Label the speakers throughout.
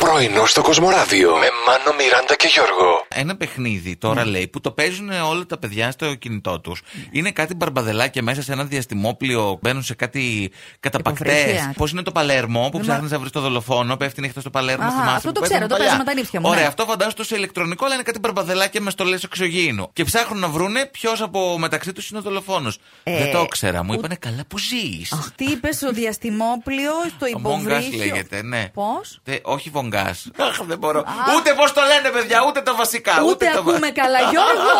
Speaker 1: Πρωινό στο Κοσμοράδιο με Μάνο, Μιράντα και Γιώργο.
Speaker 2: Ένα παιχνίδι
Speaker 3: Ναι.
Speaker 2: τώρα λέει που το παίζουν όλα τα παιδιά στο κινητό τους. Είναι κάτι μπαρμπαδελάκια μέσα σε ένα διαστημόπλιο. Μπαίνουν σε κάτι καταπακτές.
Speaker 3: Υποβρύχια.
Speaker 2: Πώς είναι το Παλέρμο που
Speaker 3: Ναι,
Speaker 2: ψάχνεις να βρεις το δολοφόνο, πέφτει νύχτας στο Παλέρμο.
Speaker 3: Αχα,
Speaker 2: θυμάσαι,
Speaker 3: αυτό
Speaker 2: που
Speaker 3: το
Speaker 2: παίζαμε
Speaker 3: ξέρω, το
Speaker 2: παλιά.
Speaker 3: παίζαμε τα νύφια μου,
Speaker 2: Ωραία,
Speaker 3: ναι.
Speaker 2: αυτό φαντάζομαι τόσο ηλεκτρονικό, αλλά είναι κάτι μπαρμπαδελάκια μες στολέ εξωγήινου. Και ψάχνουν να βρούνε ποιος από μεταξύ τους είναι ο δολοφόνος.
Speaker 3: Ε,
Speaker 2: Δεν το ήξερα. Μου
Speaker 3: ου-
Speaker 2: είπανε καλά που ζεις.
Speaker 3: Τι είπες στο διαστημόπλιο, στο
Speaker 2: Βογγά
Speaker 3: υποβρύχιο.
Speaker 2: λέγεται, ναι.
Speaker 3: Πώς.
Speaker 2: Τε- όχι βογγά. Αχ, δεν μπορώ. Ούτε πώς το λένε, παιδιά, ούτε τα βασικά. Ούτε,
Speaker 3: Ούτε
Speaker 2: τα βα-
Speaker 3: ακούμε καλά, Γιώργο!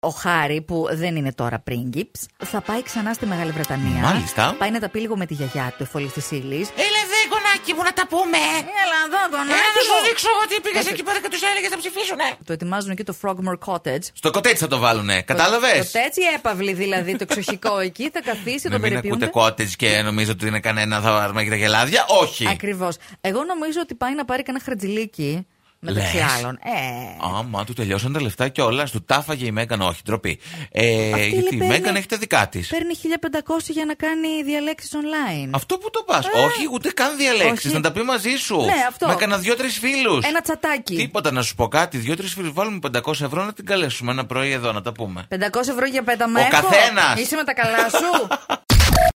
Speaker 3: Ο Χάρη, που δεν είναι τώρα πρίγκιπς, θα πάει ξανά στη Μεγάλη Βρετανία.
Speaker 2: Μάλιστα.
Speaker 3: Πάει να τα πει λίγο με τη γιαγιά του, εφόλης της ύλης.
Speaker 2: Έλα εδώ, γονάκι μου, να τα πούμε. ε.
Speaker 3: Έλα εδώ,
Speaker 2: Έλα να σου δείξω ότι πήγε εκεί πέρα και τους έλεγες θα ψηφίσουνε.
Speaker 3: Το ετοιμάζουν εκεί το Frogmore Cottage.
Speaker 2: Στο κοτέτσι θα το βάλουνε,
Speaker 3: Το,
Speaker 2: κατάλαβες.
Speaker 3: το έτσι έπαυλη δηλαδή, το εξοχικό εκεί, θα καθίσει,
Speaker 2: Να
Speaker 3: το
Speaker 2: μην ακούτε
Speaker 3: περιποιούνται.
Speaker 2: κότετζ και νομίζω ότι είναι κανένα θαύμα για τα γελάδια. Όχι.
Speaker 3: Ακριβώς. Εγώ νομίζω ότι πάει να πάρει κανένα χαρτζιλίκι. Μεταξύ
Speaker 2: Λες.
Speaker 3: άλλων. Ε,
Speaker 2: Άμα του τελειώσαν τα λεφτά και όλα, του τάφαγε η Μέγαν. Όχι, ντροπή. Ε,
Speaker 3: Αυτή
Speaker 2: γιατί η
Speaker 3: λέει,
Speaker 2: Μέγαν
Speaker 3: παίρνει-
Speaker 2: έχει τα δικά της.
Speaker 3: Παίρνει 1500 για να κάνει διαλέξεις online.
Speaker 2: Αυτό που το πας. Όχι, ούτε καν διαλέξεις.
Speaker 3: Όχι.
Speaker 2: Να τα πει μαζί σου.
Speaker 3: Ναι, αυτό.
Speaker 2: Με κανένα δύο-τρει φίλους.
Speaker 3: Ένα τσατάκι.
Speaker 2: Τίποτα να σου πω κάτι. Δύο-τρει φίλους. Βάλουμε 500 ευρώ να την καλέσουμε ένα πρωί εδώ να τα πούμε.
Speaker 3: 500 ευρώ για πέταμα.
Speaker 2: Ο
Speaker 3: έχω?
Speaker 2: καθένας.
Speaker 3: Είσαι με τα καλά σου.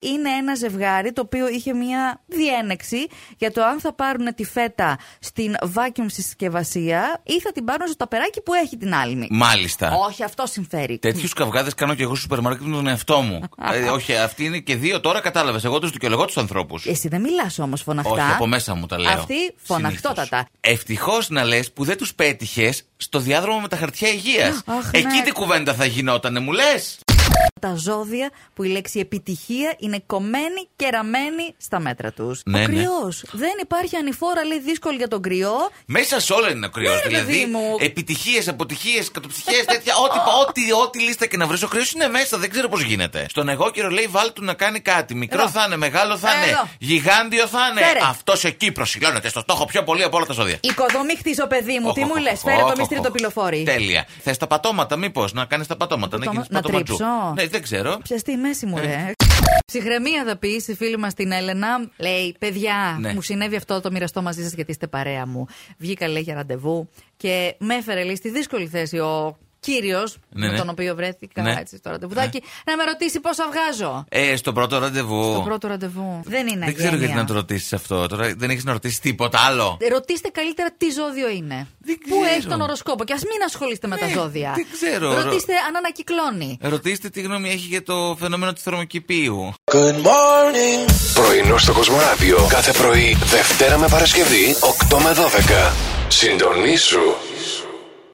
Speaker 3: Είναι ένα ζευγάρι το οποίο είχε μία διένεξη για το αν θα πάρουν τη φέτα στην vacuum συσκευασία ή θα την πάρουν στο ταπεράκι που έχει την άλμη.
Speaker 2: Μάλιστα.
Speaker 3: Όχι, αυτό συμφέρει.
Speaker 2: Τέτοιους καυγάδες κάνω και εγώ στο σούπερ μάρκετ με τον εαυτό μου. ε, όχι, αυτοί είναι και δύο τώρα, κατάλαβες. Εγώ τους δικαιολογώ τους ανθρώπους.
Speaker 3: Εσύ δεν μιλάς όμως φωναχτά.
Speaker 2: Όχι, από μέσα μου τα λέω.
Speaker 3: Ε, Αυτοί φωναχτότατα.
Speaker 2: Ευτυχώς να λες που δεν τους πέτυχες στο διάδρομο με τα χαρτιά υγείας.
Speaker 3: Αχ,
Speaker 2: Εκεί
Speaker 3: ναι.
Speaker 2: τι κουβέντα θα γινότανε, μου λες.
Speaker 3: Τα ζώδια που η λέξη επιτυχία είναι κομμένη και ραμμένη στα μέτρα τους.
Speaker 2: Ναι, ναι.
Speaker 3: ο κρυός. Δεν υπάρχει ανηφόρα, λέει, δύσκολη για τον κρυό.
Speaker 2: Μέσα σε όλα είναι ο κρυός.
Speaker 3: Ναι, ρε, παιδί
Speaker 2: δηλαδή,
Speaker 3: μου.
Speaker 2: επιτυχίες, αποτυχίες, κατοψυχίες, τέτοια. ό,τι, πα- ό,τι, ό,τι λίστα και να βρεις, ο κρυός είναι μέσα. Δεν ξέρω πώς γίνεται. Στον εγώ καιρό λέει, βάλ του να κάνει κάτι. Μικρό
Speaker 3: Εδώ.
Speaker 2: θα είναι, μεγάλο θα είναι,
Speaker 3: Εδώ.
Speaker 2: γιγάντιο θα είναι.
Speaker 3: Φέρε.
Speaker 2: Αυτός εκεί προσιλώνεται στο στόχο πιο πολύ από όλα τα ζώδια.
Speaker 3: Οικοδομή χτίζω, παιδί μου. Τι μου λε, φέρε το μυστήριο το πυλοφόρι.
Speaker 2: Τέλεια. Θες τα πατώματα, μήπως να κάνεις τα πατώματα, Ναι, να
Speaker 3: Το-
Speaker 2: γίνεις
Speaker 3: να
Speaker 2: πατωματζού.
Speaker 3: τρίψω.
Speaker 2: Ναι, δεν ξέρω.
Speaker 3: Πιαστεί η μέση μου, ρε. Ψυχραιμία θα πεις στη φίλη μας την Έλενα. Λέει, παιδιά,
Speaker 2: Ναι.
Speaker 3: μου συνέβη αυτό το μοιραστώ μαζί σας γιατί είστε παρέα μου. Βγήκα, λέει, για ραντεβού και με έφερε, λέει, στη δύσκολη θέση ο κύριος
Speaker 2: Ναι,
Speaker 3: με
Speaker 2: ναι.
Speaker 3: τον οποίο βρέθηκα
Speaker 2: Ναι.
Speaker 3: έτσι στο ραντεβουδάκι να με ρωτήσει πόσα βγάζω.
Speaker 2: Ε, στο πρώτο ραντεβού.
Speaker 3: Το πρώτο ναι, ραντεβού. Δεν είναι
Speaker 2: δεν ξέρω
Speaker 3: αγένεια.
Speaker 2: γιατί να το ρωτήσεις αυτό. Τώρα δεν έχεις να ρωτήσεις τίποτα άλλο.
Speaker 3: Ε, Ρωτήστε καλύτερα τι ζώδιο είναι.
Speaker 2: Δεν
Speaker 3: Πού
Speaker 2: ξέρω.
Speaker 3: έχει τον οροσκόπο και ας μην ασχολείστε με τα
Speaker 2: Ναι,
Speaker 3: ζώδια.
Speaker 2: δεν ξέρω.
Speaker 3: Ρωτήστε αν ανακυκλώνει.
Speaker 2: Ρωτήστε τι γνώμη έχει για το φαινόμενο του θερμοκηπίου.
Speaker 1: Πρωινό στο Κοσμοράδιο κάθε πρωί, Δευτέρα με Παρασκευή, 8 με 12. Συντονίσου.